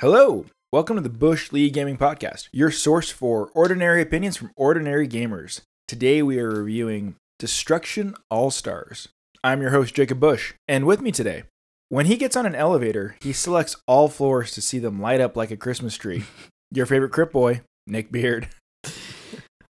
Hello, welcome to the Bush League Gaming Podcast, your source for ordinary opinions from ordinary gamers. Today we are reviewing Destruction All Stars. I'm your host, Jacob Bush, and with me today, when he gets on an elevator, he selects all floors to see them light up like a Christmas tree. Your favorite Crip Boy, Nick Beard.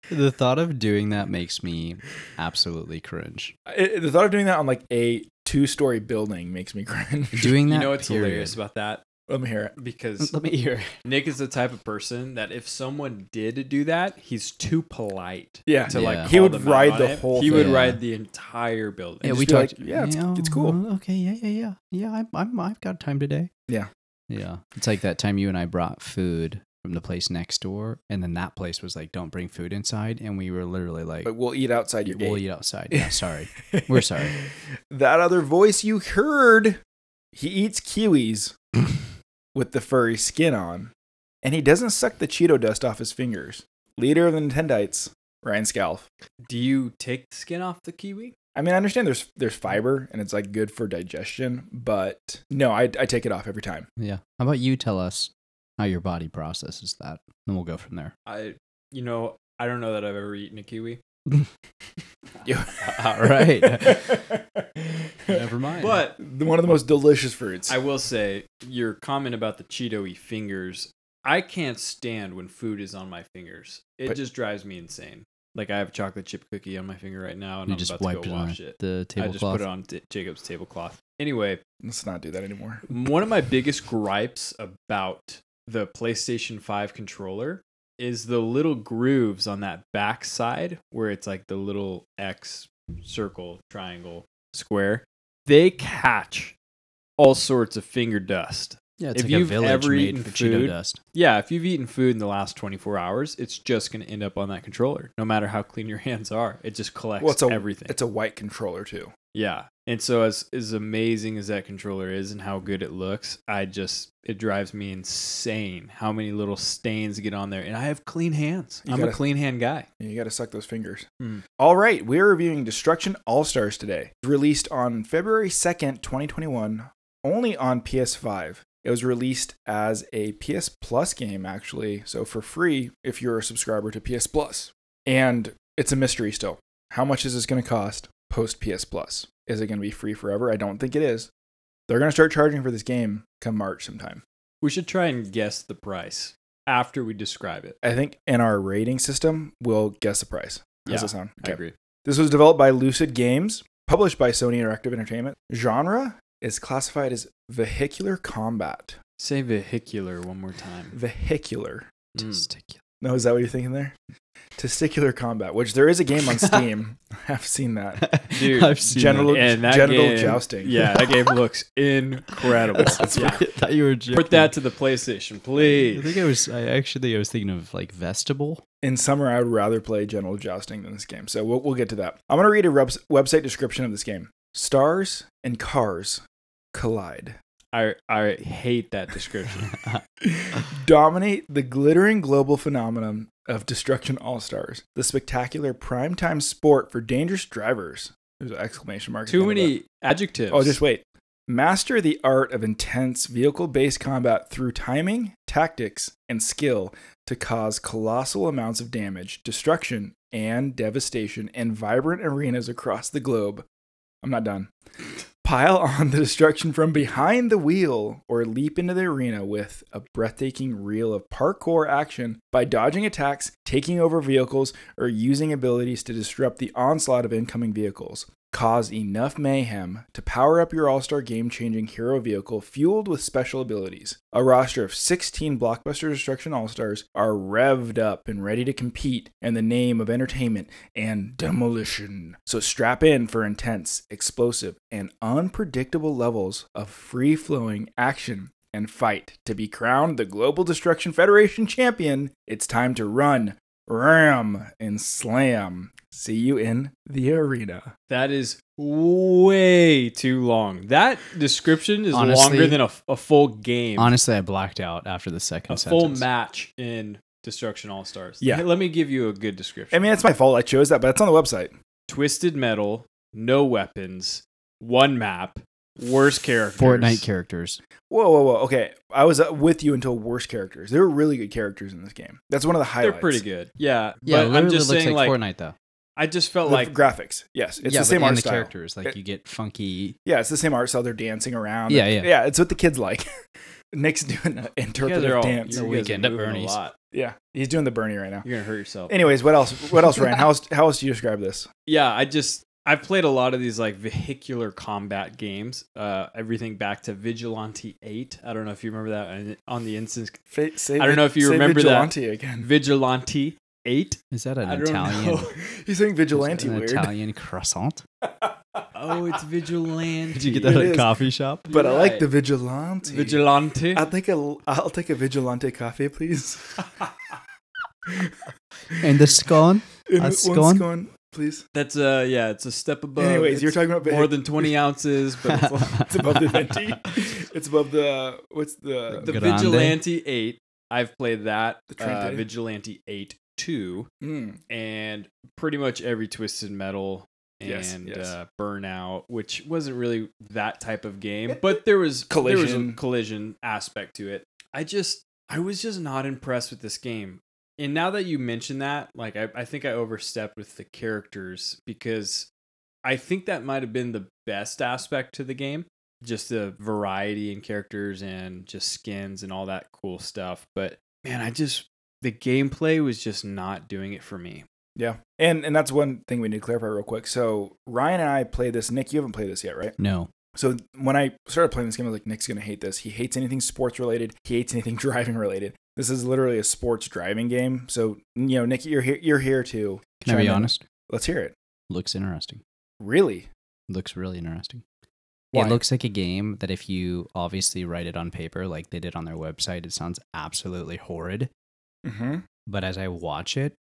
The thought of doing that makes me absolutely cringe. I- the thought of doing that on like a two story building makes me cringe. Doing that, you know what's period. hilarious about that? Let me hear it. Because Let me hear. Nick is the type of person that if someone did do that, he's too polite Yeah. to like. Yeah. call He would them out ride on the it. whole He would thing. ride the entire building. Yeah, Just we be talked- like, yeah, it's- it's cool. Okay, yeah, yeah, yeah, yeah. I'm, I'm, I've got time today. Yeah. yeah. It's like that time you and I brought food from the place next door, and then that place was like, "Don't bring food inside," and we were literally like, But we'll eat outside your "We'll gate. eat outside." Yeah, sorry. We're sorry. That other voice you heard, he eats kiwis with the furry skin on, and he doesn't suck the Cheeto dust off his fingers. Leader of the Nintendites, Ryan Scalf. Do you take the skin off the kiwi? I mean, I understand there's there's fiber and it's like good for digestion, but no, I, I take it off every time. Yeah. How about you tell us how your body processes that, and we'll go from there. I, you know, I don't know that I've ever eaten a kiwi, All right. Never Never mind. but One of the most delicious fruits. I will say your comment about the Cheeto-y fingers. I can't stand when food is on my fingers. It But- just drives me insane. Like I have a chocolate chip cookie on my finger right now, and you I'm just about to wiped go it on wash it. the I just put tablecloth. it on t- Jacob's tablecloth. Anyway, Let's not do that anymore. one of my biggest gripes about the PlayStation 5 controller is the little grooves on that back side where it's like the little X circle, triangle, square. They catch all sorts of finger dust. Yeah, it's If like a you've village ever made eaten for Cheeto food- dust. Yeah, if you've eaten food in the last 24 hours, it's just going to end up on that controller, no matter how clean your hands are. It just collects Well, it's a- everything. It's a white controller too. Yeah. And so as as amazing as that controller is and how good it looks, I just it drives me insane how many little stains get on there. And I have clean hands. You I'm a gotta- clean hand guy. You got to suck those fingers. Mm. All right, we're reviewing Destruction All Stars today. Released on February 2nd, 2021, only on PS5. It was released as a PS Plus game, actually, so for free if you're a subscriber to PS Plus. And it's a mystery still. How much is this going to cost post PS Plus? Is it going to be free forever? I don't think it is. They're going to start charging for this game come March sometime. We should try and guess the price after we describe it. I think in our rating system, we'll guess the price. How's Yeah, that sound? I agree. This was developed by Lucid Games, published by Sony Interactive Entertainment. Genre is classified as vehicular combat. Say vehicular one more time. Vehicular. Mm. Testicular. No, is that what you're thinking there? Testicular combat, which there is a game on Steam. I've seen that. Dude, I've seen General- that. Hmm. And that Genital game- jousting. Yeah, that game looks incredible. That's- that's Yeah. what I thought you were joking. Put that to the PlayStation, I please. think I was. I actually I was thinking of like vestibule. In summer, I would rather play General Jousting than this game, so we'll, we'll get to that. I'm going to read a reps- website description of this game Stars and cars collide. I I hate that description. dominate the glittering global phenomenon of Destruction All Stars, the spectacular primetime sport for dangerous drivers. There's an exclamation mark. at Too the end of many adjectives. that. Oh, just wait. Master the art of intense vehicle based combat through timing, tactics, and skill to cause colossal amounts of damage, destruction, and devastation in vibrant arenas across the globe. I'm not done. Pile on the destruction from behind the wheel or leap into the arena with a breathtaking reel of parkour action by dodging attacks, taking over vehicles, or using abilities to disrupt the onslaught of incoming vehicles. Cause enough mayhem to power up your all star game changing hero vehicle fueled with special abilities. A roster of 16 blockbuster destruction all stars are revved up and ready to compete in the name of entertainment and demolition. So strap in for intense, explosive, and unpredictable levels of free flowing action and fight to be crowned the Global Destruction Federation champion. It's time to run, ram, and slam. See you in the arena. That is way too long. That description is Honestly- longer than a, a full game, Honestly, I blacked out after the second a full sentence. match in Destruction All Stars. Yeah. Let me give you a good description. I mean, it's my fault I chose that, but it's on the website. Twisted metal, no weapons, one map, Worst characters. Fortnite characters. Whoa, whoa, whoa. Okay, I was uh, with you until worst characters. There were really good characters in this game. That's one of the They're highlights. pretty good. Yeah. Yeah, but literally I'm just looks saying, like, like, Fortnite though. I just felt The like graphics, yes, it's yeah, the same but, art and the style. characters, like It- you get funky. Yeah, it's the same art style. They're dancing around. Yeah, yeah. yeah. It's what the kids like. Nick's doing an you guys interpretive are all, you dance. guys are Weekend at moving a Bernie's. lot. Yeah, he's doing the Bernie right now. You're gonna hurt yourself. Anyways, what else? What else, Ryan? How else, how else do you describe this? yeah, I just I've played a lot of these like vehicular combat games. Uh, everything back to Vigilante Eight. I don't know if you remember that on- on the instance. Fa- save, I don't know if you save remember that. vigilante again. Vigilante Eight. Is that an I don't Italian? know. is He's saying that vigilante an weird, Italian croissant. oh, it's Vigilante. Did you get that that It at at a a is. coffee shop? but I You're like right. the vigilante. Vigilante. I'll take a I'll take a vigilante coffee, please. And the scone. And A one scone? scone, please. That's uh yeah, it's a step above. Anyways, you're It's talking about more than twenty ounces, but it's like- it's above the venti. It's above the what's the the Grande. Vigilante Eight. I've played that. The Uh, Trente. Vigilante Eight Two. Mm, and pretty much every twisted metal and Yes, yes. Uh, burnout which wasn't really that type of game but there was there was a Collision. collision aspect to it i just i was just not impressed with this game and now that you mention that like i, I think i overstepped with the characters because i think that might have been the best aspect to the game just the variety in characters and just skins and all that cool stuff but man i just the gameplay was just not doing it for me yeah, and and that's one thing we need to clarify real quick. So Ryan and I played this. Nick, you haven't played this yet, right? No. So when I started playing this game, I was like, Nick's gonna hate this. He hates anything sports related. He hates anything driving related. This is literally a sports driving game. So you know, Nick, you're here. You're here too. Can I Chime be in. honest? Let's hear it. Looks interesting. Really? Looks really interesting. Why? It looks like a game that if you obviously write it on paper like they did on their website, it sounds absolutely horrid. Mm-hmm. But as I watch it,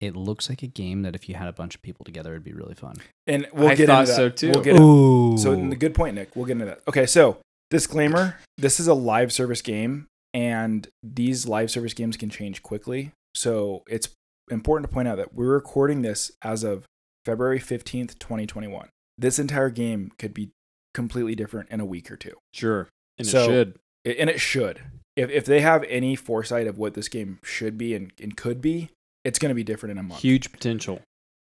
it looks like a game that if you had a bunch of people together, it'd be really fun. And we'll I get thought into that. so, too. We'll get Ooh. So n- good point, Nick. We'll get into that. Okay, so disclaimer: this is a live service game, and these live service games can change quickly. So it's important to point out that we're recording this as of February fifteenth, twenty twenty one. This entire game could be completely different in a week or two, Sure. And So- it should. I- and it should. If if they have any foresight of what this game should be and, and could be, it's going to be different in a month. Huge potential.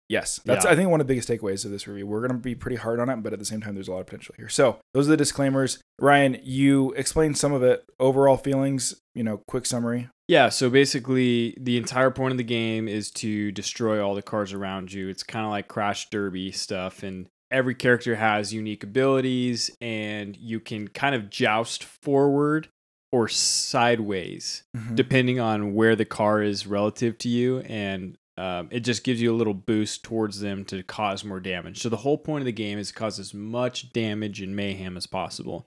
Yes, that's Yeah. I think one of the biggest takeaways of this review. We're going to be pretty hard on it, but at the same time, there's a lot of potential here. So those are the disclaimers. Ryan, you explained some of it. Overall feelings, you know, quick summary. Yeah, so basically the entire point of the game is to destroy all the cars around you. It's kind of like Crash Derby stuff and every character has unique abilities and you can kind of joust forward or sideways depending on where the car is relative to you and um, it just gives you a little boost towards them to cause more damage so the whole point of the game is to cause as much damage and mayhem as possible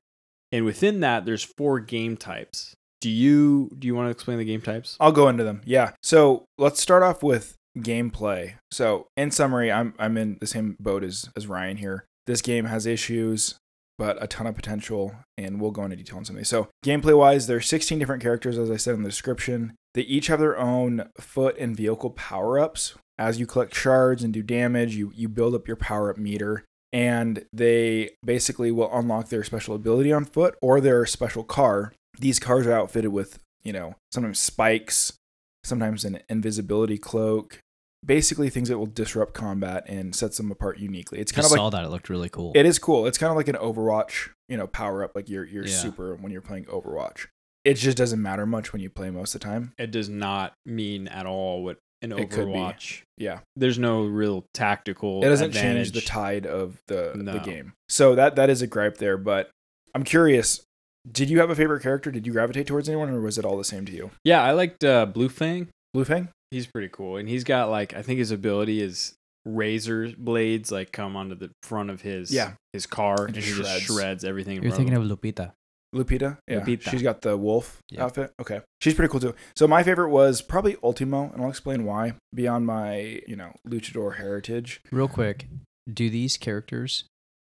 and within that there's four game types do you do you want to explain the game types I'll go into them. Yeah. So let's start off with gameplay. So in summary, I'm I'm in the same boat as as Ryan here. This game has issues, but a ton of potential, and we'll go into detail on some of these. So gameplay wise, there are 16 different characters, as I said in the description. They each have their own foot and vehicle power ups. As you collect shards and do damage, you you build up your power up meter. And they basically will unlock their special ability on foot or their special car. These cars are outfitted with you know, sometimes spikes, sometimes an invisibility cloak, basically things that will disrupt combat and sets them apart uniquely. It's I kind of saw like that. It looked really cool. it is cool. It's kind of like an Overwatch, you know, power up like your your Yeah. super when you're playing Overwatch. It just doesn't matter much when you play most of the time. it does not mean at all what an It could be. overwatch Yeah. there's no real tactical it doesn't advantage. change the tide of the the No. game. So that that is a gripe there, but I'm curious did you have a favorite character? Did you gravitate towards anyone, or was it all the same to you? yeah i liked uh, blue fang Blue Fang? He's pretty cool, and he's got like I think his ability is razor blades like come onto the front of his Yeah. his car It and just he just shreds. shreds everything. in You're front thinking him. of Lupita. Lupita. Yeah. Lupita. She's got the wolf Yeah. outfit. Okay. She's pretty cool too. So my favorite was probably Ultimo, and I'll explain why beyond my, you know, luchador heritage. Real quick, do these characters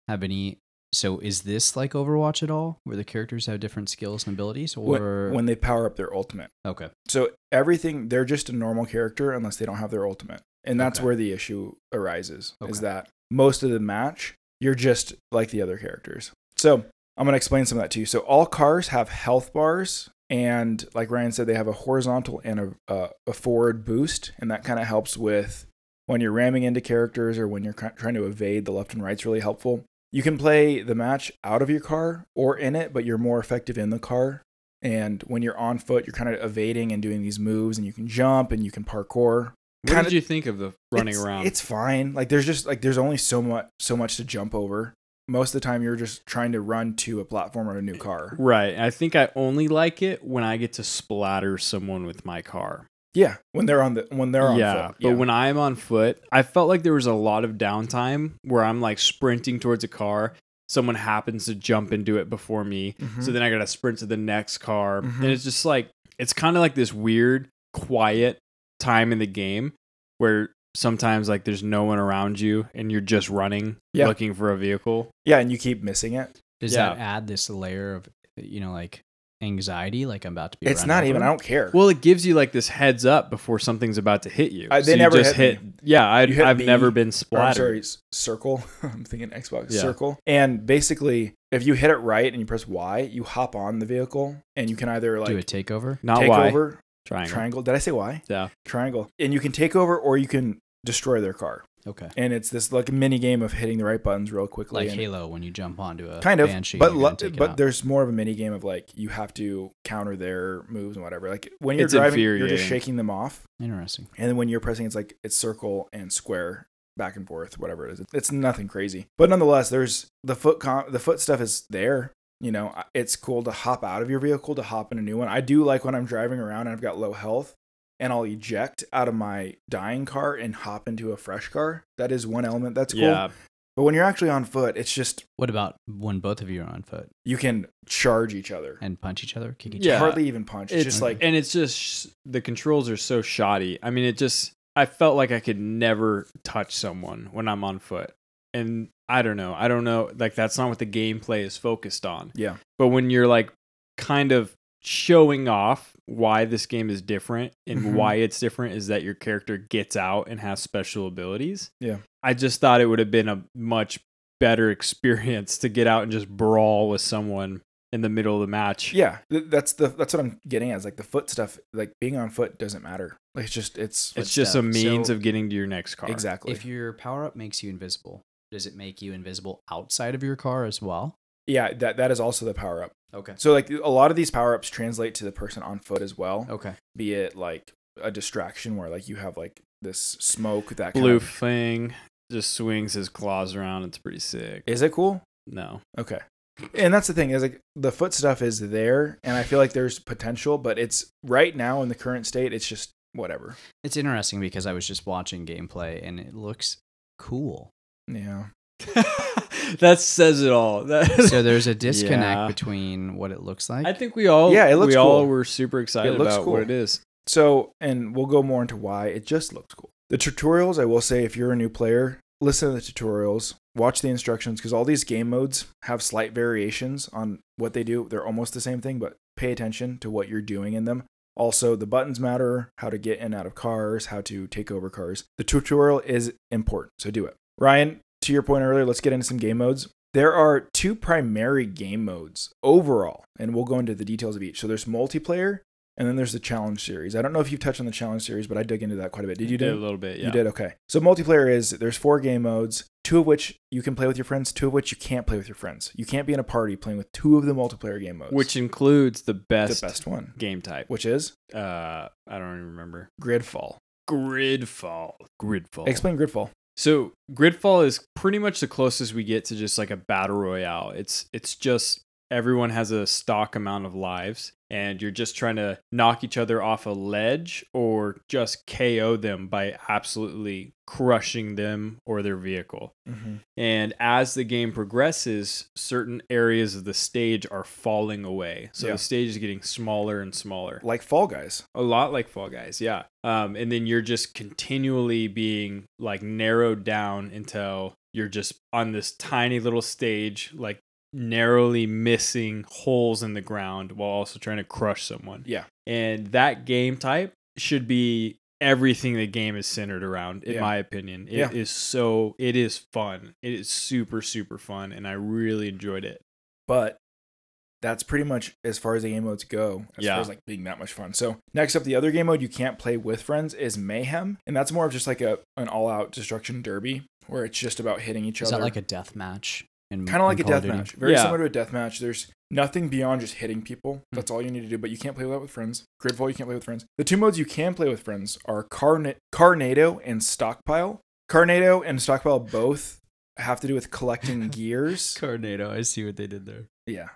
have any? So is this like Overwatch at all, where the characters have different skills and abilities, When- or when they power up their ultimate. okay, So everything they're just a normal character unless they don't have their ultimate. And that's Okay. where the issue arises. Okay. Is that most of the match you're just like the other characters. So I'm going to explain some of that to you. So all cars have health bars, and like Ryan said, they have a horizontal and a, uh, a forward boost, and that kind of helps with when you're ramming into characters or when you're cr- trying to evade the left and right's really helpful. You can play the match out of your car or in it, but you're more effective in the car. And when you're on foot, you're kind of evading and doing these moves, and you can jump and you can parkour What Kinda- did you think of the running it's, around? It's fine. Like there's just like there's only so much so much to jump over. Most of the time you're just trying to run to a platform or a new car. right. I think I only like it when I get to splatter someone with my car. Yeah, when they're on the when they're on yeah, foot. but when I'm on foot, I felt like there was a lot of downtime where I'm like sprinting towards a car. Someone happens to jump into it before me, Mhm. so then I got to sprint to the next car, Mhm. and it's just like it's kind of like this weird, quiet time in the game where sometimes like there's no one around you and you're just running, Yeah. looking for a vehicle. yeah, and you keep missing it. Does Yeah. that add this layer of you know like anxiety? Like I'm about to be. It's run not over? even I don't care. Well, it gives you like this heads up before something's about to hit you. I- they you never just hit hit. me. Yeah, I, You hit I've me, never been Or, I'm splattered. sorry, s- circle. I'm thinking Xbox Yeah. circle. And basically, if you hit it right and you press Y, you hop on the vehicle and you can either like do a takeover. Not take why. over Triangle. triangle. Did I say Y? Yeah. Triangle. And you can take over or you can destroy their car. Okay. And it's this like mini game of hitting the right buttons real quickly. Like and- Halo when you jump onto a kind of banshee, but you're lo- gonna take it but out. there's more of a mini game of like you have to counter their moves and whatever like when you're It's driving you're just infuriating. shaking them off interesting. and then when you're pressing it's like it's circle and square back and forth whatever it is it's nothing crazy but nonetheless there's the foot com- the foot stuff is there you know I- it's cool to hop out of your vehicle to hop in a new one i do like when i'm driving around and i've got low health and i'll eject out of my dying car and hop into a fresh car that is one element that's cool Yeah, but when you're actually on foot it's just What about when both of you are on foot you can charge each other and punch each other, kick each Yeah. hardly even punch. It's, just like and it's just sh- the controls are so shoddy. I mean, it just I felt like I could never touch someone when I'm on foot, and I don't know, I don't know, like that's not what the gameplay is focused on. Yeah. but when you're like kind of showing off why this game is different and Mhm. why it's different is that your character gets out and has special abilities. Yeah. I just thought it would have been a much better experience to get out and just brawl with someone in the middle of the match. yeah, th- that's the that's what I'm getting at. Is like the foot stuff, like being on foot doesn't matter. Like it's just it's It's foot just a step. means So- of getting to your next car. exactly. If your power up makes you invisible, does it make you invisible outside of your car as well? yeah, that that is also the power up. Okay. So like a lot of these power ups translate to the person on foot as well. Oh. Okay. Be it like a distraction where like you have like this smoke that kind Blue of- Fang just swings his claws around. It's pretty sick. is it cool? no. Okay. And that's the thing is like the foot stuff is there, and I feel like there's potential, but it's right now in the current state, it's just whatever. It's interesting because I was just watching gameplay and it looks cool. Yeah. that says it all. That- So there's a disconnect Yeah. between what it looks like. I think we all Yeah, it looks we cool. all were super excited It looks about cool. what it is. So, and we'll go more into why it just looks cool. The tutorials, I will say, if you're a new player, listen to the tutorials, watch the instructions, because all these game modes have slight variations on what they do. They're almost the same thing, but pay attention to what you're doing in them. Also, the buttons matter, how to get in and out of cars, how to take over cars. The tutorial is important, so do it. Ryan, to your point earlier, let's get into some game modes. There are two primary game modes overall, and we'll go into the details of each. So there's multiplayer, and then there's the challenge series. I don't know if you've touched on the challenge series, but I dug into that quite a bit. Did you did a do? little bit? Yeah. You did okay. So multiplayer is there's four game modes, two of which you can play with your friends, two of which you can't play with your friends. You can't be in a party playing with two of the multiplayer game modes. Which includes the the best, best one? game type. Which is Uh, I don't even remember. Gridfall. Gridfall. Gridfall. Explain Gridfall. So Gridfall is pretty much the closest we get to just like a battle royale. It's it's just everyone has a stock amount of lives and you're just trying to knock each other off a ledge or just KO them by absolutely crushing them or their vehicle. And as the game progresses, certain areas of the stage are falling away. So Yeah. the stage is getting smaller and smaller Like Fall Guys. a lot like Fall Guys, yeah. Um, and then you're just continually being like narrowed down until you're just on this tiny little stage, like narrowly missing holes in the ground while also trying to crush someone. Yeah. And that game type should be everything the game is centered around, in Yeah. my opinion. It is Yeah. so it is fun. It is super, super fun, and I really enjoyed it. But that's pretty much as far as the game modes go, as Yeah. far as like being that much fun. So next up, the other game mode you can't play with friends is Mayhem, and that's more of just like a an all out destruction derby where it's just about hitting each Is other. that like a death match? kind of like a death match, very Yeah. Hmm. similar to a death match. There's nothing beyond just hitting people. That's all you need to do. But you can't play that with friends. Gridfall, you can't play with friends. The two modes you can play with friends are Carna- Carnado and Stockpile. Carnado and Stockpile both have to do with collecting gears. Carnado. I see what they did there. Yeah,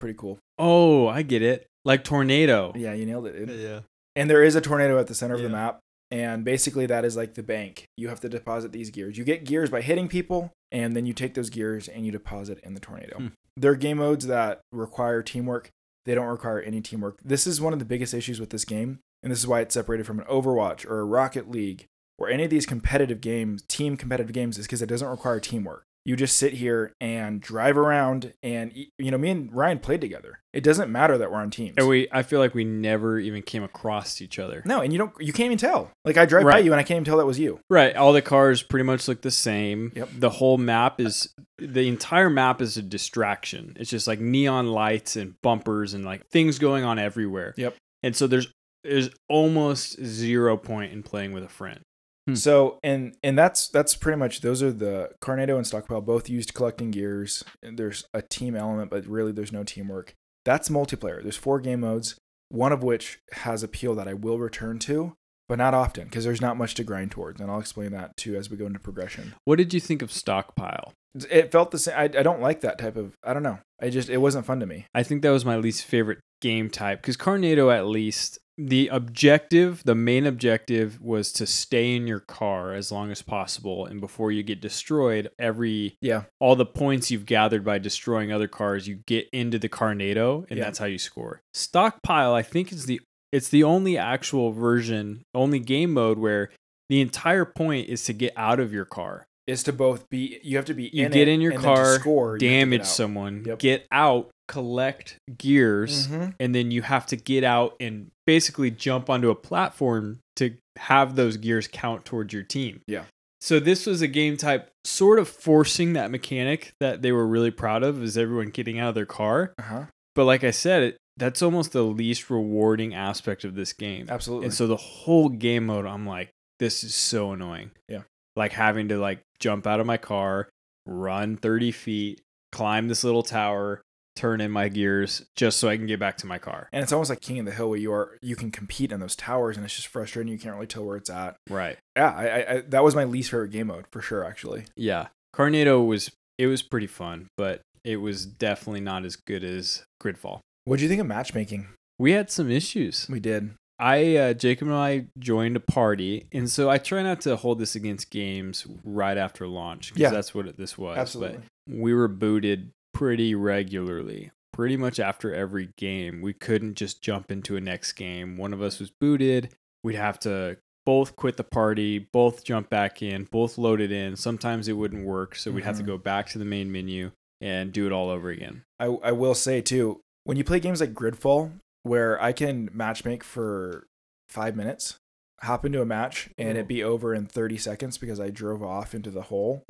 pretty cool. Oh, I get it. Like tornado. Yeah, you nailed it. dude. Yeah. and there is a tornado at the center of the Yeah. map and basically that is like the bank you have to deposit these gears you get gears by hitting people and then you take those gears and you deposit in the tornado Hmm. there are game modes that require teamwork they don't require any teamwork this is one of the biggest issues with this game and this is why it's separated from an overwatch or a rocket league or any of these competitive games team competitive games is because it doesn't require teamwork you just sit here and drive around and y- you know me and ryan played together it doesn't matter that we're on teams And we, I feel like we never even came across each other. no, and you don't. You can't even tell. Like I drive by Right. you and I can't even tell that was you. Right. All the cars pretty much look the same. Yep. The whole map is the entire map is a distraction. It's just like neon lights and bumpers and like things going on everywhere. Yep. And so there's there's almost zero point in playing with a friend. Hmm. So and and that's that's pretty much those are the Carnado and Stockpile both used collecting gears. And There's a team element, but really there's no teamwork. That's multiplayer. There's four game modes, one of which has appeal that I will return to, but not often because there's not much to grind towards, and I'll explain that too as we go into progression. What did you think of stockpile? It felt the same. I, I don't like that type of. I don't know. I just it wasn't fun to me. I think that was my least favorite game type because Carnado, at least, the objective, the main objective was to stay in your car as long as possible. And before you get destroyed, every, Yeah. all the points you've gathered by destroying other cars, you get into the Carnado and Yeah. that's how you score. Stockpile, I think, is the, it's the only actual version, only game mode where the entire point is to get out of your car, Is to both be you have to be You in it get in your and then to car, score, you have to get damage out. someone, Yep. get out, collect gears Mhm. and then you have to get out and basically jump onto a platform to have those gears count towards your team. Yeah. So this was a game type sort of forcing that mechanic that they were really proud of is everyone getting out of their car. Uh huh. But like I said, it, that's almost the least rewarding aspect of this game. Absolutely. And so the whole game mode, I'm like, this is so annoying. Yeah. Like having to like jump out of my car, run 30 feet, climb this little tower, turn in my gears just so I can get back to my car. And it's almost like King of the Hill where you are you can compete in those towers and it's just frustrating. You can't really tell where it's at. Right. Yeah, I, I, I that was my least favorite game mode for sure. Actually, Yeah. Carnado was it was pretty fun, but it was definitely not as good as Gridfall. what do you think of matchmaking? We had some issues. We did. I uh, Jacob and I joined a party, and so I try not to hold this against games right after launch because Yeah. that's what this was. but- Absolutely. we were booted pretty regularly. Pretty much after every game, we couldn't just jump into a next game. One of us was booted. We'd have to both quit the party, both jump back in, both load it in. Sometimes it wouldn't work, so we'd have to Mhm. go back to the main menu and do it all over again. I, I will say too, when you play games like Gridfall, where I can matchmake for five minutes, hop into a match, and it be over in 30 seconds because I drove off into the hole,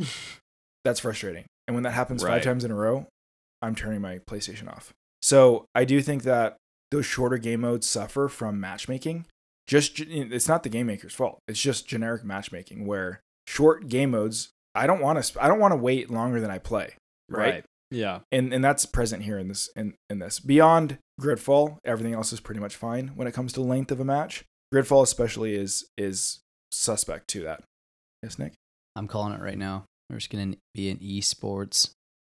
that's frustrating. And when that happens Right. five times in a row, I'm turning my PlayStation off. So I do think that those shorter game modes suffer from matchmaking. Just ge- it's not the game maker's fault. It's just generic matchmaking where short game modes. I don't want to. I don't want to wait longer than I play. Right. Yeah. and and that's present here in this in, in this beyond gridfall everything else is pretty much fine when it comes to length of a match gridfall especially is is suspect to that yes nick I'm calling it right now. There's going to be an esports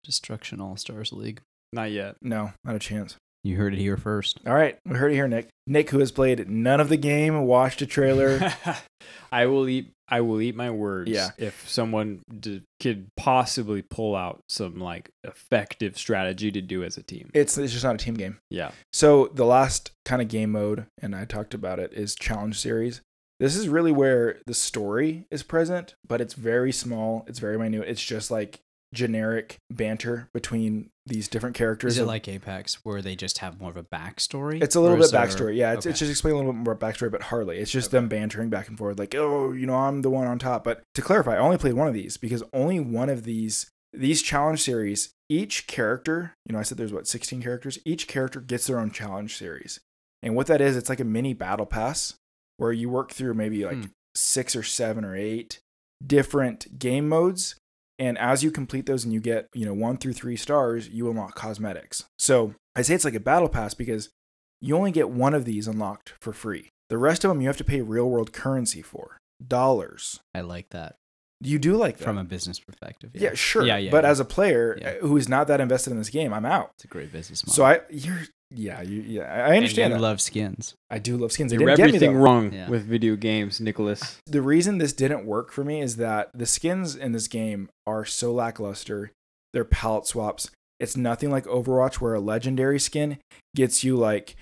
destruction all stars league. Not yet. no not a chance You heard it here first. all right we heard it here nick nick who has played none of the game watched a trailer I will eat. I will eat my words. Yeah. If someone d- could possibly pull out some like effective strategy to do as a team. it's it's just not a team game yeah. So the last kind of game mode, and I talked about it, is challenge series. This is really where the story is present, but it's very small. It's very minute. It's just like generic banter between these different characters. Is it of- like Apex where they just have more of a backstory? it's a little Or bit is there- backstory. Yeah, it's, it's Okay. just explaining a little bit more backstory, but hardly. It's just them bantering back and forth, like, oh, you know, I'm the one on top. But to clarify, I only played one of these because only one of these these challenge series, each character, you know, I said there's what, 16 characters? Each character gets their own challenge series. And what that is, it's like a mini battle pass where you work through maybe like Hmm. six or seven or eight different game modes. And as you complete those and you get, you know, one through three stars, you unlock cosmetics. So I say it's like a battle pass because you only get one of these unlocked for free. The rest of them you have to pay real world currency for dollars. I like that You do like that. from a business perspective. yeah. sure. Yeah, yeah. but yeah. as a player uh, Yeah. who is not that invested in this game, I'm out. it's a great business model. So I, you're, yeah, you, yeah, I I understand And that. you love skins. I do love skins. They You're didn't get me everything though. wrong Yeah. with video games, Nicholas. The reason this didn't work for me is that the skins in this game are so lackluster. They're palette swaps. It's nothing like Overwatch where a legendary skin gets you like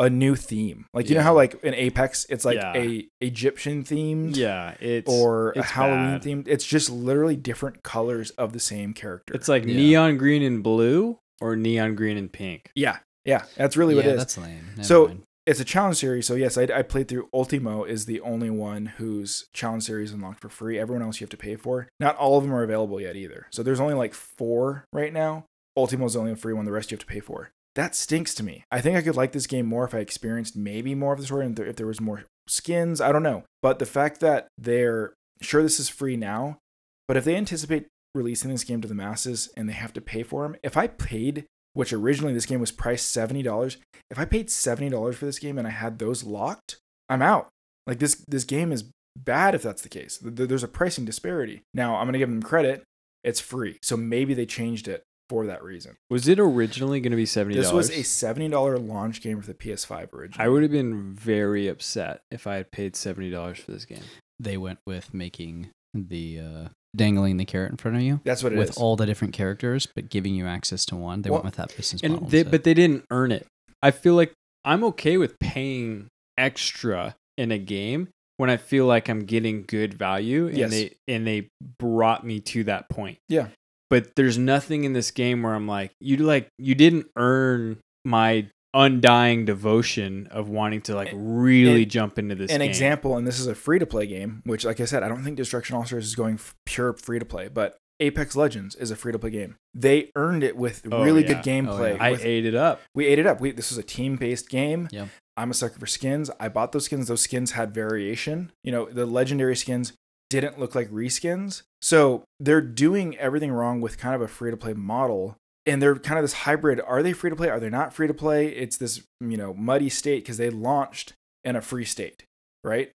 a new theme. Like you know Yeah. how like in Apex it's like Yeah. a Egyptian themed Yeah, it's or a it's Halloween bad. themed. It's just literally different colors of the same character. It's like Yeah. neon green and blue or neon green and pink. yeah, yeah, that's really yeah, what it is. that's lame. Never So- mind. it's a challenge series. So yes, I, I played through Ultimo is the only one whose challenge series unlocked for free. Everyone else you have to pay for. Not all of them are available yet either. So there's only like four right now. Ultimo's the only free one. The rest you have to pay for. That stinks to me. I think I could like this game more if I experienced maybe more of the story and there- if there was more skins. I don't know. But the fact that they're sure this is free now, but if they anticipate releasing this game to the masses and they have to pay for them, if I paid, which originally this game was priced seventy dollars, if I paid seventy dollars for this game and I had those locked, I'm out. Like this this game is bad if that's the case. Th- th- There's a pricing disparity. Now I'm gonna give them credit. It's free, so maybe they changed it for that reason. Was it originally going to be seventy This dollars? was a seventy dollar launch game for the PS5 originally. I would have been very upset if I had paid seventy dollars for this game. They went with making the uh, dangling the carrot in front of you That's what it is. with all the different characters, but giving you access to one. They Well, went with that business model. And they, instead. but they didn't earn it. I feel like I'm okay with paying extra in a game when I feel like I'm getting good value and Yes. they and they brought me to that point. Yeah. But there's nothing in this game where I'm like you like you didn't earn my undying devotion of wanting to like really and- jump into this an game. example, and this is a free to play game, which, like I said, I don't think Destruction All Stars is going f- pure free to play, but Apex Legends is a free to play game. They earned it with Oh, really yeah. good gameplay. Oh, yeah. I with- ate it up. we ate it up. We this was a team based game. Yeah. I'm a sucker for skins. I bought those skins. Those skins had variation. You know, the legendary skins didn't look like reskins. So they're doing everything wrong with kind of a free to play model. And they're kind of this hybrid. Are they free to play? Are they not free to play? It's this, you know, muddy state because they launched in a free state, right?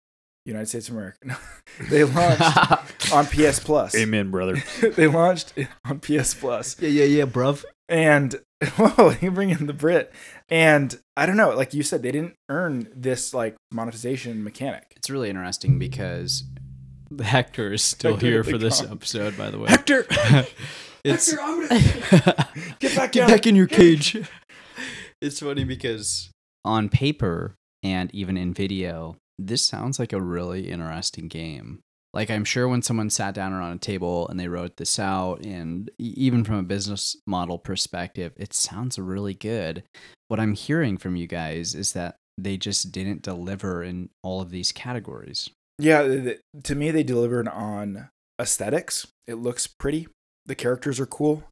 United States of America. No. they launched on PS Plus. Amen, brother. they launched on PS Plus yeah, yeah, yeah, bruv. and whoa, you bring in the Brit. And I don't know, like you said, they didn't earn this like monetization mechanic. It's really interesting because Hector is still Hector here with the for this cough. episode, by the way. Hector, it's I'm get back down. back in your cage. it's funny because on paper and even in video, this sounds like a really interesting game. Like I'm sure when someone sat down around a table and they wrote this out, and e- even from a business model perspective, it sounds really good. What I'm hearing from you guys is that they just didn't deliver in all of these categories. Yeah, th- th- to me, they delivered on aesthetics. It looks pretty. The characters are cool.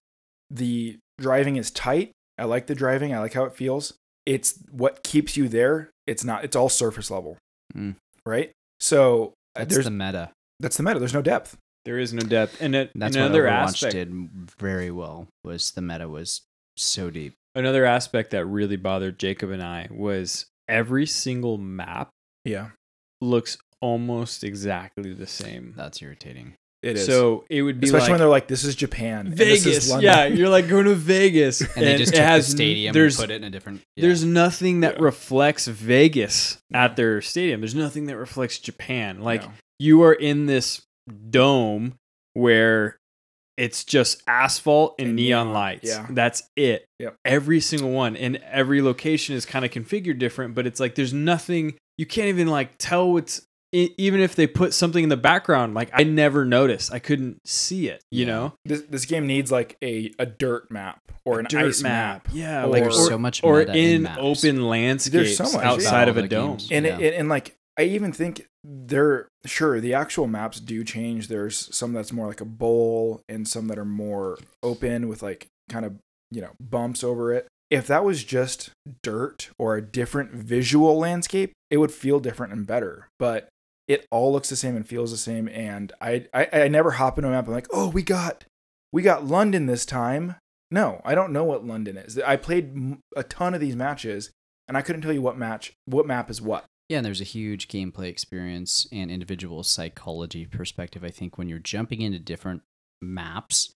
The driving is tight. I like the driving. I like how it feels. It's what keeps you there. It's not. It's all surface level, Mm. right? So uh, That's there's the meta. that's the meta. There's no depth. There is no depth. And a, That's another what Overwatch aspect did very well. Was the meta was so deep. another aspect that really bothered Jacob and I was every single map Yeah, looks almost exactly the same. That's irritating. it So it would be especially when they're like like, "This is Japan, and this is Vegas. Yeah, you're like going to Vegas, And, they just it took the has n- stadium and There's put it in a different. yeah. there's nothing that Yeah. reflects Vegas at their stadium. There's nothing that reflects Japan. Like No. you are in this dome where it's just asphalt and, And neon, neon, lights. yeah. That's it. Yep. Every single one. And every location is kind of configured different, but it's like there's nothing you can't even like tell what's e- even if they put something in the background, like I never noticed. I couldn't see it, you Yeah. know? This, this game needs like a, a dirt map or A an dirt ice map. Yeah. Or- like or, there's so much or meta in maps. open landscapes much, yeah. outside of a All the dome. games. And, Yeah. it, and like I even think they're sure the actual maps do change. There's some that's more like a bowl and some that are more open with like kind of, you know, bumps over it. If that was just dirt or a different visual landscape, it would feel different and better. But it all looks the same and feels the same. And I, I, I never hop into a map and like, oh, we got, we got London this time. No, I don't know what London is. I played m- a ton of these matches, and I couldn't tell you what match, what map is what. Yeah, and there's a huge gameplay experience and individual psychology perspective, I think, when you're jumping into different maps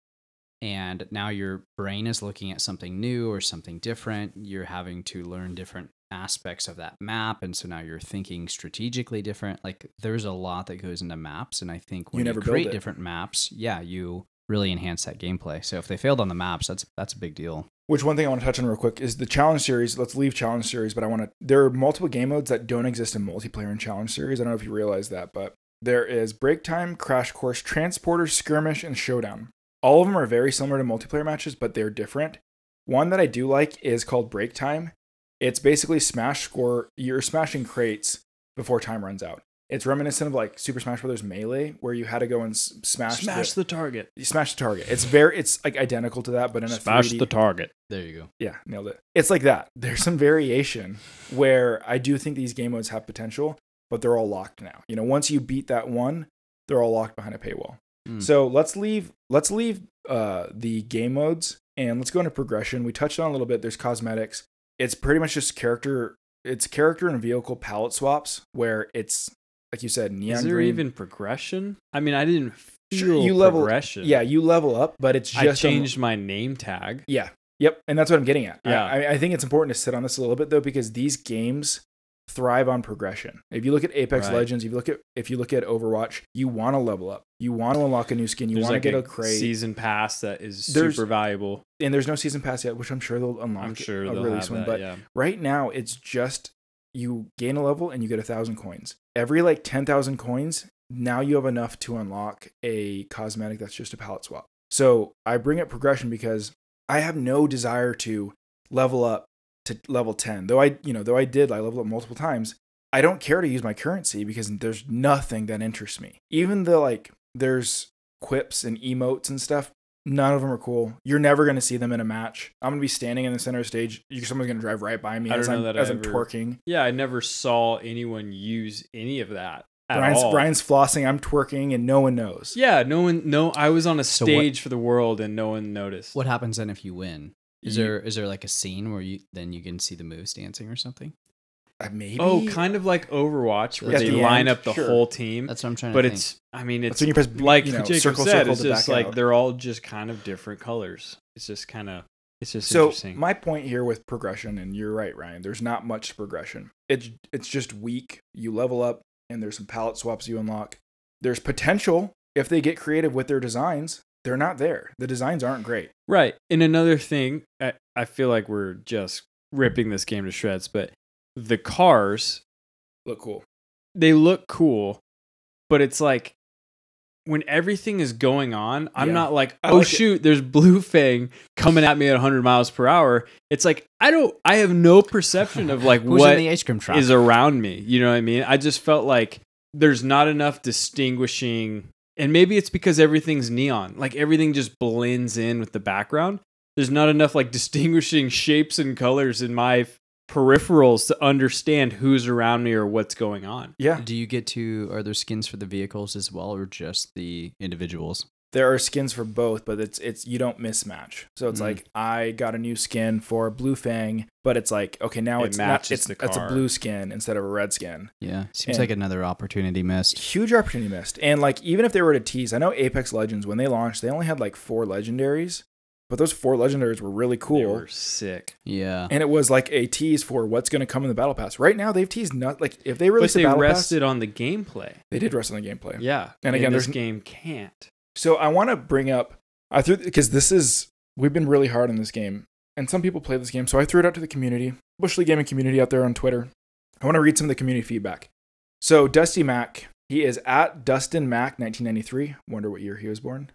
and now your brain is looking at something new or something different. You're having to learn different aspects of that map. And so now you're thinking strategically different. Like there's a lot that goes into maps. And I think when You you, never build create it. different maps, yeah, you really enhance that gameplay. So if they failed on the maps, that's that's a big deal. Which one thing I want to touch on real quick is the challenge series. Let's leave challenge series, but I want to. There are multiple game modes that don't exist in multiplayer in challenge series. I don't know if you realize that, but there is break time, crash course, transporter, skirmish, and showdown. All of them are very similar to multiplayer matches, but they're different. One that I do like is called break time. It's basically smash score. You're smashing crates before time runs out. It's reminiscent of like Super Smash Brothers Melee, where you had to go and s- smash Smash the target. you smash the target. It's very it's like identical to that, but in a Smash 3D the target. There you go. yeah, nailed it. It's like that. There's some variation where I do think these game modes have potential, but they're all locked now. You know, once you beat that one, they're all locked behind a paywall. Hmm. Mm. So let's leave let's leave uh, the game modes and let's go into progression. We touched on it a little bit. There's cosmetics. It's pretty much just character. It's character and vehicle palette swaps where it's like you said, neon Is there green. even progression? I mean, I didn't feel Sure, you level- progression. yeah, you level up, but it's just I on- changed my name tag. Yeah. Yep. And that's what I'm getting at. Yeah. I, I- I think it's important to sit on this a little bit though, because these games thrive on progression. If you look at Apex Right. Legends, if you look at if you look at Overwatch, you want to level up. You want to unlock a new skin. You There's want to like get a, crate. season pass that is There's- super valuable. and there's no season pass yet, which I'm sure they'll unlock. I'm sure a they'll release have one. that. but yeah. right now it's just you gain a level and you get a thousand coins. Every like ten thousand coins, now you have enough to unlock a cosmetic that's just a palette swap. So I bring up progression because I have no desire to level up to level ten. Though I, you know, though I did, I leveled up multiple times. I don't care to use my currency because there's nothing that interests me. Even the like, there's quips and emotes and stuff. None of them are cool. You're never gonna see them in a match. I'm gonna be standing in the center stage. You, someone's gonna drive right by me I as don't I'm know that I as I'm ever- twerking. Yeah, I never saw anyone use any of that at Brian's, all. Brian's flossing. I'm twerking, and no one knows. yeah, no one. No, I was on a So what- stage for the world and no one noticed. What happens then if you win? Is You- there is there like a scene where you then you can see the moves dancing or something? Uh, maybe. Oh, kind of like Overwatch, where At they the end, line up the sure. whole team. Mm, That's what I'm trying but to think. it's, I mean, That's it's when you press like you know, Jacob circle, said. circle it's to just back like out. they're all just kind of different colors. It's just kind of, it's just So interesting. my point here with progression, and you're right, Ryan. There's not much progression. It's it's just weak. You level up, and there's some palette swaps you unlock. There's potential if they get creative with their designs. They're not there. The designs aren't great. Right. And another thing, I, I feel like we're just ripping this game to shreds, but the cars, Look cool. they look cool, but it's like when everything is going on, I'm Yeah. not like, I oh like it. shoot, there's Blue Fang coming at me at 100 miles per hour. It's like, I don't, I have no perception of like Who's what in the ice cream truck? is around me. You know what I mean? I just felt like there's not enough distinguishing. And maybe it's because everything's neon. Like everything just blends in with the background. There's not enough like distinguishing shapes and colors in my f- peripherals to understand who's around me or what's going on. Yeah, Do you get to are there skins for the vehicles as well or just the individuals? there are skins for both, but it's it's you don't mismatch. So it's Mm. like I got a new skin for Blue Fang, but it's like okay now It it's not matches it's the it's a car. blue skin instead of a red skin. Yeah. Seems Yeah. like another opportunity missed. huge opportunity missed. And like even if they were to tease, I know Apex Legends when they launched, they only had like four legendaries, but those four legendaries were really They cool. were sick. Yeah. And it was like a tease for what's going to come in the battle pass. Right now, they've teased not like if they But released a they battle rested on the gameplay. pass, they did rest on the gameplay. Yeah. And again, this there's- game can't. So I want to bring up I threw because this is we've been really hard on this game, and some people play this game. So I threw it out to the community, Bush League gaming community out there on Twitter. I want to read some of the community feedback. So Dusty Mac, he is at Dustin Mac 1993. Wonder what year he was born.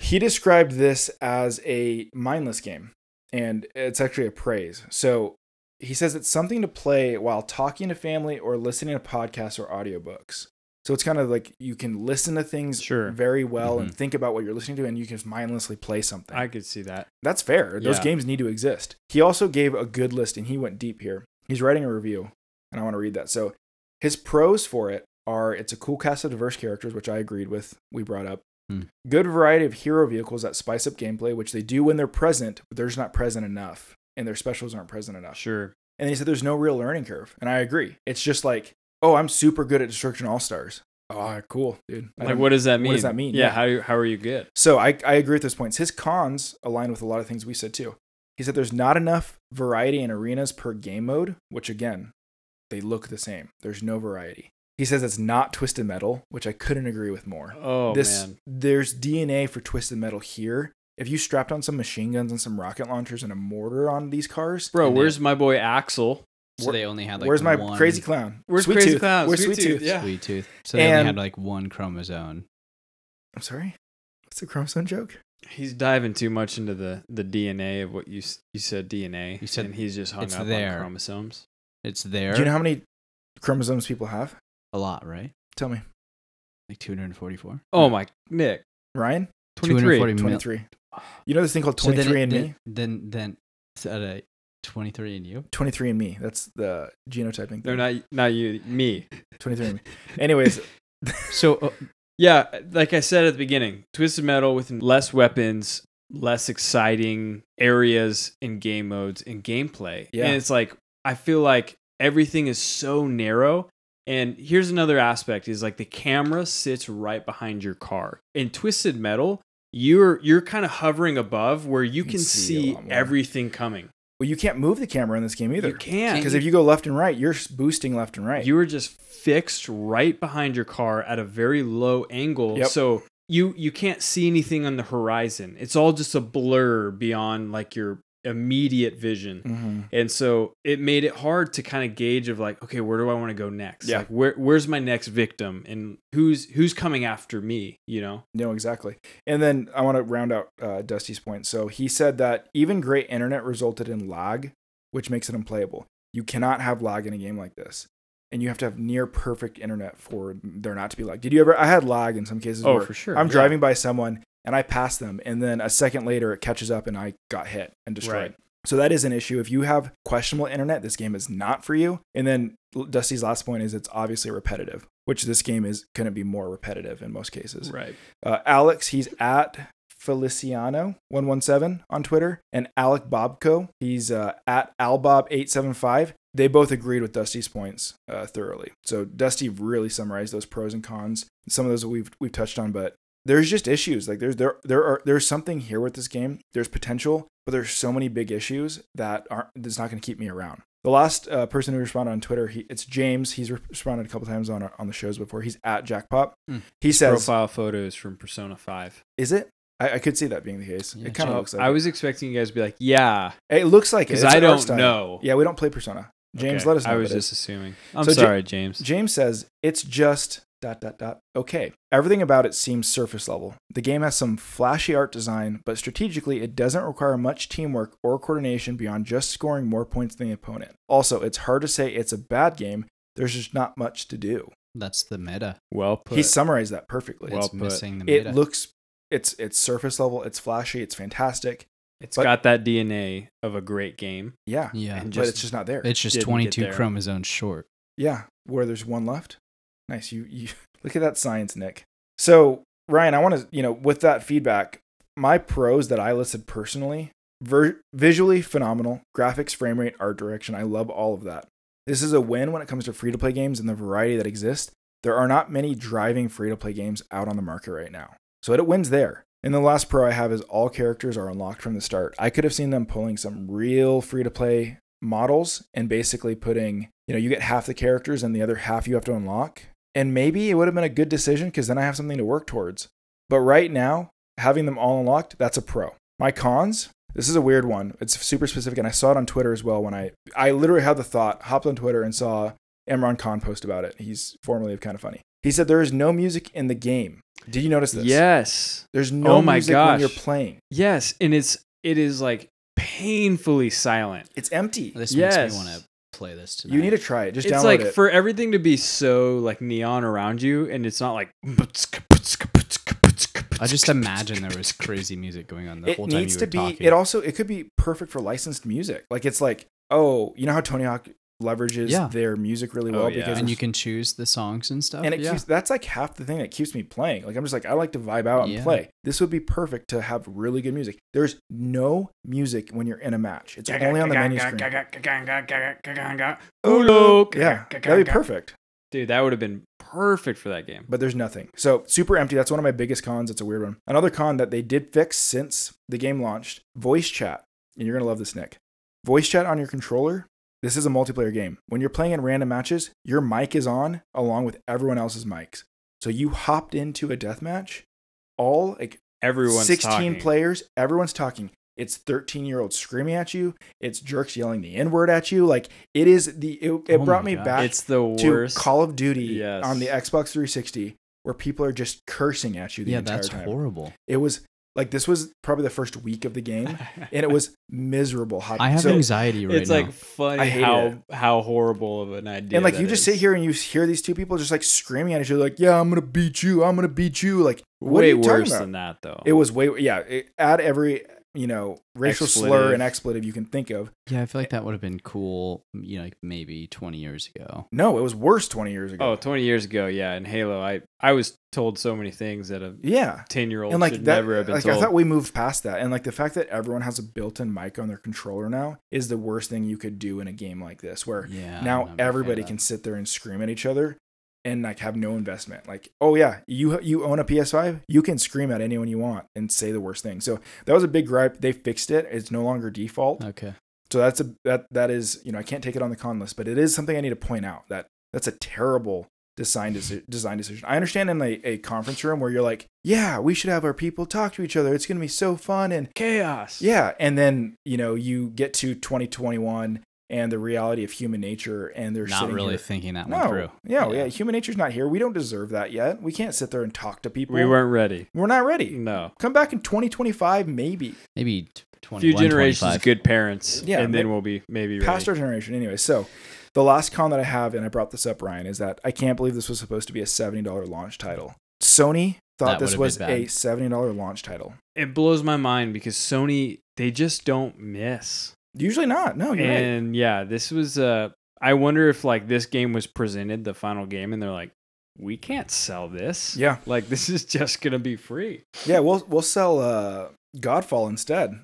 He described this as a mindless game, and it's actually a praise. So he says it's something to play while talking to family or listening to podcasts or audiobooks. So it's kind of like you can listen to things Sure. very well and think about what you're listening to, and you can just mindlessly play something. Hmm. I could see that. That's fair. Those Yeah. games need to exist. He also gave a good list and he went deep here. He's writing a review, and I want to read that. So his pros for it are it's a cool cast of diverse characters, which I agreed with, we brought up. Hmm. Good variety of hero vehicles that spice up gameplay, which they do when they're present, but they're just not present enough. And their specials aren't present enough. Sure. And he said there's no real learning curve. And I agree. It's just like, oh, I'm super good at Destruction All Stars. Oh, cool, dude. I Like, don't- what does that mean? what does that mean? Yeah. Yeah. How how are you good? so I, I agree with those points. His cons align with a lot of things we said too. He said there's not enough variety in arenas per game mode, which again, they look the same. There's no variety. He says it's not Twisted Metal, which I couldn't agree with more. Oh this man. there's DNA for Twisted Metal here. If you strapped on some machine guns and some rocket launchers and a mortar on these cars, Bro, And they- where's my boy Axel? So Where- they only had like where's my one crazy clown? Where's Crazy Tooth? Clown? Where's Sweet Sweet, Tooth, Tooth? yeah. sweet tooth. So they And- only had like one chromosome. I'm sorry. What's the chromosome joke? He's diving too much into the, the DNA of what you s- you said DNA. You said and he's just hung it's up there. on chromosomes. It's there Do you know how many chromosomes people have? a lot, right? Tell me. Like 244. Oh my Nick. Ryan? 23. 240 mil- 23. You know this thing called 23 so then, it- and Me? then, Then then so, uh, 23 and you. 23 and me. That's the genotyping. They're not not you me. 23 and me. Anyways, So uh, Yeah, like I said at the beginning, Twisted Metal with less weapons, less exciting areas in game modes and gameplay. Yeah. And it's like I feel like everything is so narrow. And here's another aspect is like the camera sits right behind your car. In Twisted Metal, you're you're kind of hovering above where you can see, a lot more. everything coming. well, you can't move the camera in this game either. You can't. Because if you go left and right, you're s- boosting left and right. You were just fixed right behind your car at a very low angle. Yep. So you you can't see anything on the horizon. It's all just a blur beyond like your immediate vision. Mhm. And so it made it hard to kind of gauge of like, okay, where do I want to go next? Yeah. Like where where's my next victim and who's who's coming after me, you know? No, exactly. And then I want to round out uh, Dusty's point. So he said that even great internet resulted in lag, which makes it unplayable. You cannot have lag in a game like this. And you have to have near perfect internet for there not to be lag. Did you ever? I had lag in some cases. where sure. I'm driving by someone and I pass them, and then a second later it catches up and I got hit and destroyed. Right. So that is an issue. If you have questionable internet, this game is not for you. And then L- Dusty's last point is it's obviously repetitive, which this game is couldn't be more repetitive in most cases. Right. Uh, Alex, he's at Feliciano one one seven on Twitter, and Alec Bobko, he's uh, at Albob eight seven five. They both agreed with Dusty's points uh, thoroughly. So Dusty really summarized those pros and cons. Some of those we've we've touched on, but there's just issues. Like there's there there are there's something here with this game. There's potential, but there's so many big issues that aren't that's not going to keep me around. The last uh, person who responded on Twitter, he, it's James. He's re- responded a couple times on our- on the shows before. He's at Jackpot. Mm. He says, Profile photos from Persona 5. is it? I, I could see that being the case. Yeah, it kind of So looks like I was expecting you guys to be like, yeah, it. It looks like it. because It's I an art don't style. know. Yeah, we don't play Persona. James, Okay, let us know. I if was it is. just assuming. I'm So Ja- sorry, James. James says it's just dot dot dot. Okay, everything about it seems surface level. The game has some flashy art design, but strategically it doesn't require much teamwork or coordination beyond just scoring more points than the opponent. Also, it's hard to say it's a bad game. There's just not much to do. that's the meta. well put. He summarized that perfectly. Well it's put. missing the it meta. looks it's it's surface level, it's flashy, it's fantastic. It's But- got that DNA of a great game. Yeah. yeah. and but just- it's just not there. It's just didn't get 22 there. chromosomes short. Yeah, where there's one left. Nice. You you look at that science, Nick. So Ryan, I want to you know with that feedback, my pros that I listed personally, ver- visually phenomenal, graphics, frame rate, art direction. I love all of that. This is a win when it comes to free to play games and the variety that exists. There are not many driving free to play games out on the market right now. So it wins there. And the last pro I have is all characters are unlocked from the start. I could have seen them pulling some real free to play models and basically putting, you know, you get half the characters and the other half you have to unlock. And maybe it would have been a good decision because then I have something to work towards. But right now, having them all unlocked, that's a pro. My cons, this is a weird one. It's super specific, and I saw it on Twitter as well when I I literally had the thought, hopped on Twitter and saw Emron Khan post about it. He's formerly of Kind of Funny. He said there is no music in the game. Did you notice this? Yes. There's no Oh my music gosh. when you're playing. Yes, and it's it is like painfully silent. It's empty. This makes Yes. me want to play this tonight. You need to try it. Just it's download like it. for everything to be so like neon around you, and it's not like. I I just imagine there was crazy music going on the it whole time needs you were to be. talking. It also it could be perfect for licensed music. Like it's like oh, you know how Tony Hawk leverages Yeah. their music really Oh, well yeah. because and you can choose the songs and stuff. and it yeah. keeps that's like half the thing that keeps me playing. Like I'm just like I like to vibe out and Yeah. play. This would be perfect to have really good music. There's no music when you're in a match. It's only on the menu screen. Yeah, that'd be perfect. Dude, that would have been perfect for that game. But there's nothing. So super empty. That's one of my biggest cons. It's a weird one. Another con that they did fix since the game launched: voice chat. And you're gonna love this, Nick. Voice chat on your controller. This is a multiplayer game. When you're playing in random matches, your mic is on along with everyone else's mics. So you hopped into a death match. All like Everyone's 16 talking. players, everyone's talking. It's 13 year olds screaming at you. It's jerks yelling the N word at you. Like it is the, it, it Oh brought my me gosh. back It's the to worst. Call of Duty Yes. on the Xbox 360 where people are just cursing at you the yeah, entire that's time. horrible. It was like, this was probably the first week of the game and it was miserable. Hot. I have So- anxiety right it's now. like I funny hate how it. how horrible of an idea. and like that you just is. sit here and you hear these two people just like screaming at each other, like, yeah, I'm going to beat you. I'm going to beat you. Like, what way are you talking worse about? than that though. It was way yeah. It, add every you know racial slur Expletive. and expletive you can think of. yeah, I feel like that would have been cool. You know, like maybe twenty years ago. No, it was worse twenty years ago. oh, 20 years ago, yeah. In Halo, I I was told so many things that a yeah, 10 year old and like should that. never have been Like told. I thought we moved past that, and like the fact that everyone has a built-in mic on their controller now is the worst thing you could do in a game like this, where Yeah. I'm not a big now fan of everybody that. can sit there and scream at each other. And like have no investment. Like, oh yeah, you you own a PS5, you can scream at anyone you want and say the worst thing. So that was a big gripe. They fixed it. It's no longer default. Okay. So that's a that that is you know I can't take it on the con list, but it is something I need to point out that that's a terrible design deci- design decision. I understand in a, a conference room where you're like, yeah, we should have our people talk to each other. It's gonna be so fun and chaos. yeah, and then you know you get to 2021 and the reality of human nature, and they're Not sitting really here- thinking that one No, through. yeah, yeah, Human nature's not here. We don't deserve that yet. We can't sit there and talk to people. We weren't ready. We're not Mm. ready. No. Come back in 2025, maybe. Maybe A twenty. few generations, good parents. Yeah, And may- then we'll be maybe ready. past our generation anyway so the last con that i have and i brought this up ryan is that i can't believe this was supposed to be a $70 launch title sony thought That this would've was been bad. a $70 launch title it blows my mind because Sony, they just don't miss. usually not no Oh, you're Eh. right and yeah, this was uh I wonder if like this game was presented the final game and they're like, we can't sell this. yeah Like this is just gonna be free. yeah we'll we'll sell uh godfall instead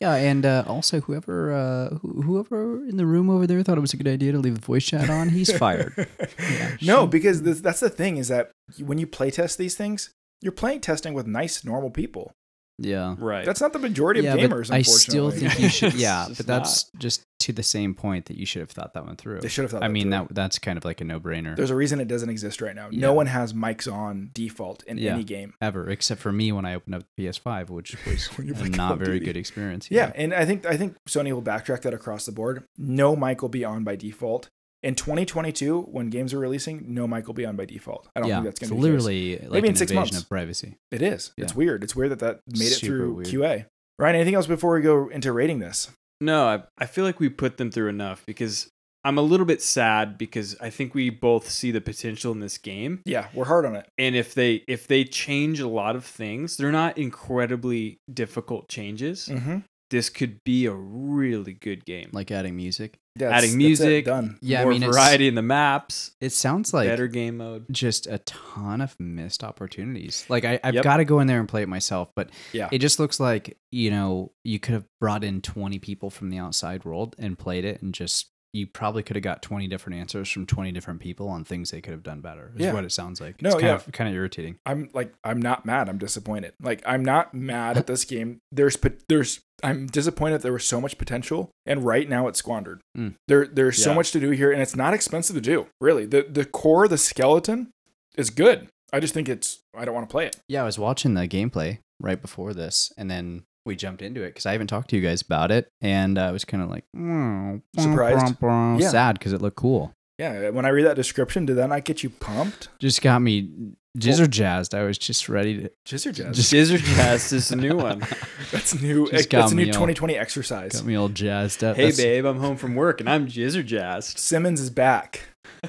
Yeah, and uh, also whoever uh, who- whoever in the room over there thought it was a good idea to leave the voice chat on, he's fired. Yeah, no sure. because this, that's the thing is that when you play test these things you're playing testing with nice normal people yeah. right. that's not the majority yeah, of gamers but I still unfortunately. think you should. It's Yeah, just but that's just to the same point that you should have thought that one through. they should have thought I mean, that. through. that that's kind of like a no-brainer There's a reason it doesn't exist right now. Yeah. No one has mics on default in Yeah. any game. ever, except for me when I opened up the PS5, which was When you a play Call not of very Duty. good experience. oh, Yeah, and I think I think Sony will backtrack that across the board. No mic will be on by default. In 2022, when games are releasing, no mic will be on by default. I don't yeah. think that's going it's to be the case. literally like in an six invasion months. of privacy. It is. It's Yeah. weird. It's weird that that made it Super through weird. QA. Ryan, anything else before we go into rating this? No, I, I feel like we put them through enough because I'm a little bit sad because I think we both see the potential in this game. Yeah, we're hard on it. And if they if they change a lot of things, they're not incredibly difficult changes. Mm-hmm. This could be a really good game. Mm. Like adding music. Yeah, Adding music. done. Yeah, more I mean, it's- variety in the maps, It sounds like better game mode. just a ton of missed opportunities. Like I, I've Yep. got to go in there and play it myself, but Yeah. it just looks like you know you could have brought in twenty people from the outside world and played it, and just you probably could have got twenty different answers from twenty different people on things they could have done better. Is Yeah. what it sounds like. No, it's kind yeah. of kind of irritating. I'm like I'm not mad. I'm disappointed. Like I'm not mad at this game. There's but there's I'm disappointed there was so much potential and right now it's squandered. Mm. There there's so Yeah. much to do here and it's not expensive to do. Really. The the core, the skeleton is good. I just think it's I don't want to play it. Yeah, I was watching the gameplay right before this, and then we jumped into it because I haven't talked to you guys about it, and I was kind of like mm, Surprised? Yeah. sad because it looked cool. Yeah, when I read that description, did that not get you pumped? Just got me Jizzer jazzed. I was just ready to Jizz or jazz? Just- Gizzard Cast is a new one. that's new. Just got that's a new me all- 2020 exercise. got me all jazzed up. Hey, That's- babe, I'm home from work and I'm Gizzard Jazzed. Simmons is back.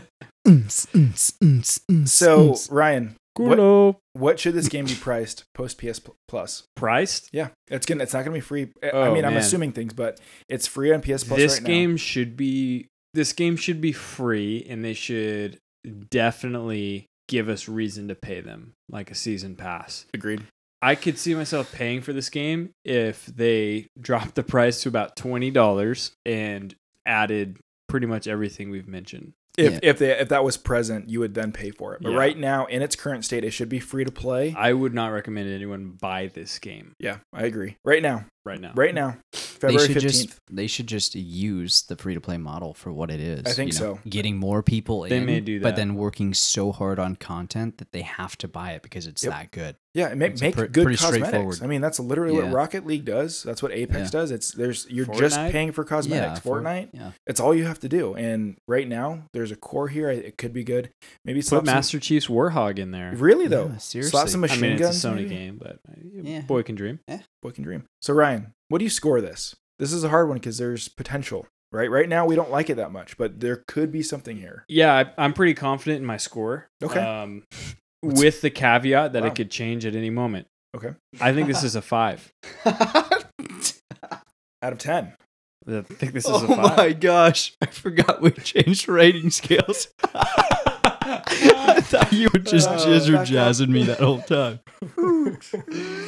Mm, mm, mm, mm, So mm. Ryan, Kulo. what should this game be priced post PS pl- Plus? Priced? Yeah, it's gonna it's not gonna be free. I- I Oh, mean, I'm man. assuming things, but it's free on PS Plus this right game should be this game should be free and they should definitely give us reason to pay them like a season pass. now. Agreed. I could see myself paying for this game if they dropped the price to about $20 and added pretty much everything we've mentioned. If Yeah. if they, if that was present, you would then pay for it. But Yeah. right now, in its current state, it should be free to play. I would not recommend anyone buy this game yeah, I agree. Right now, right now. right now, They February should 15th. just they should just use the free to play model for what it is. I think you know? so. Getting more people They in, may do but that. then working so hard on content that they have to buy it because it's Yep. that good. yeah, and make, It's a make pre- good pretty straightforward. cosmetics. I mean, that's literally Yeah. what Rocket League does. That's what Apex Yeah. does. It's there's you're just Fortnite? paying for cosmetics. Yeah, for- Fortnite, Yeah, it's all you have to do. And right now, there's a core here. I- It could be good. Maybe Put slap some- Master Chief's Warhog in there. Really though, Yeah, slap seriously. some I machine I mean, guns. it's a Sony maybe? game, but uh, Yeah. boy can dream. Boy can dream. So Ryan, what do you score this? This is a hard one because there's potential, right? Right now we don't like it that much, but there could be something here. Yeah, I, I'm pretty confident in my score. Okay. Um, What's- with the caveat that Wow. it could change at any moment. Okay. I think this is a five. Out of ten. I think this is a oh five. my gosh! I forgot we changed rating scales. I thought you were just Uh, jizz back or up. jazzing me that whole time.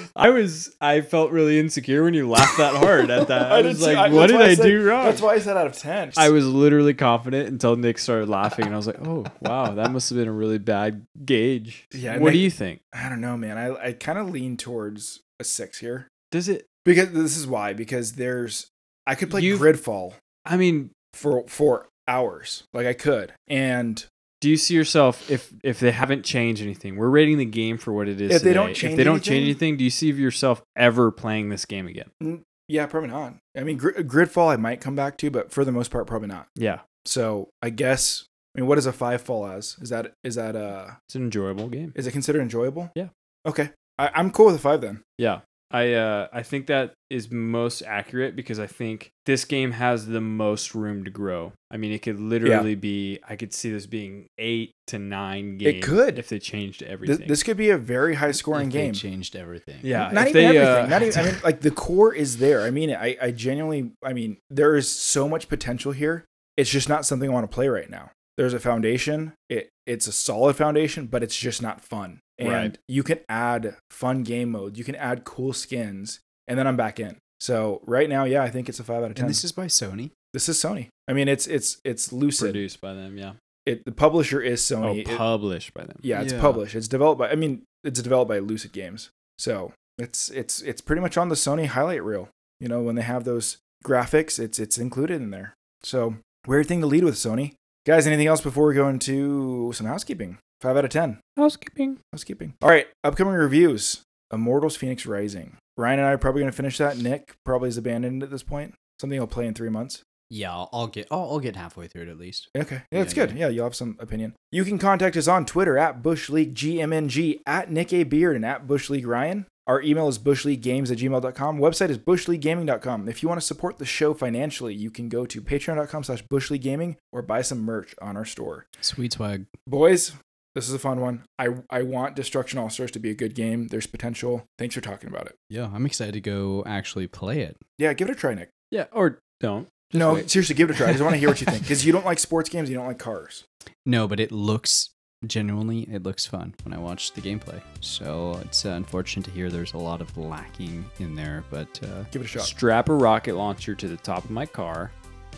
I was I felt really insecure when you laughed that hard at that. I I, did was too. like, I- what that's did why I I, said- do wrong? That's why I said out of ten. I was literally confident until Nick started laughing, and I was like, "Oh wow, that must have been a really bad gauge." Yeah, What do Nick- you think? I don't know, man. I I kind of lean towards a six here Does it? because this is why because there's I could play You've- Gridfall I mean, for for hours, like I could, and do you see yourself if if they haven't changed anything? We're rating the game for what it is. If they don't today. change if they don't change anything- anything, do you see yourself ever playing this game again? yeah, probably not. I mean, Gr- Gridfall I might come back to, but for the most part, probably not. Yeah, So I guess I mean, what does a five fall as? Is that is that uh it's an enjoyable game. is it considered enjoyable? Yeah. Okay. I, I'm cool with a five then. Yeah. I uh, I think that is most accurate because I think this game has the most room to grow. I mean, it could literally be. I could see this being eight to nine game. could. if they changed This, everything. this could be a very high scoring If they game. Changed everything. yeah, Not if even they, everything. uh, not even. I mean, like the core is there. I mean, I I genuinely. I mean, there is so much potential here. It's just not something I want to play right now. There's a foundation. It it's a solid foundation, but it's just not fun. And Right. you can add fun game modes. You can add cool skins, and then I'm back in. So right now, yeah, I think it's a five out of ten. And this is by Sony. This is Sony. I mean, it's it's it's Lucid. produced by them. Yeah. It the publisher is Oh, Sony. It- published by them. yeah, it's Yeah. published. It's developed by. I mean, it's developed by Lucid Games. So it's it's it's pretty much on the Sony highlight reel. You know, when they have those graphics, it's it's included in there. So weird thing to lead with, Sony guys. Anything else before we go into some housekeeping? Five out of ten. Housekeeping. Housekeeping. All right, upcoming reviews: Immortals: Phoenix Rising. Ryan and I are probably going to finish that. Nick probably is abandoned at this point. Something he'll play in three months. Yeah, I'll, I'll get. I'll, I'll get halfway through it at least. Okay. Yeah, Yeah, it's good. Yeah. you'll have some opinion. You can contact us on Twitter at Bush League GMNG, at Nick A. Beard, and at Bush League Ryan. Our email is bushleaguegames at gmail.com. Website is bushleaguegaming.com. If you want to support the show financially, you can go to patreon.com slash bushleaguegaming or buy some merch on our store. Sweet swag. Boys, this is a fun one. I, I want Destruction All Stars to be a good game. There's potential. Thanks for talking about it. Yeah, I'm excited to go actually play it. Yeah, give it a try, Nick. Yeah, or don't. Just no, wait. seriously, give it a try. I just want to hear what you think because you don't like sports games, you don't like cars. No, but it looks genuinely it looks fun when I watch the gameplay. So it's uh, unfortunate to hear there's a lot of lacking in there, but uh, Give it a shot. Strap a rocket launcher to the top of my car.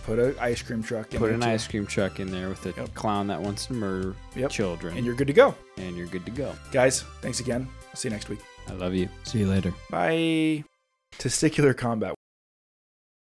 Put an ice cream truck in Put there, an too, ice cream truck in there with a Yep. clown that wants to murder Yep. children, and you're good to go. and you're good to go. Guys, thanks again. I'll see you next week. I love you. see you later. Bye. Testicular combat.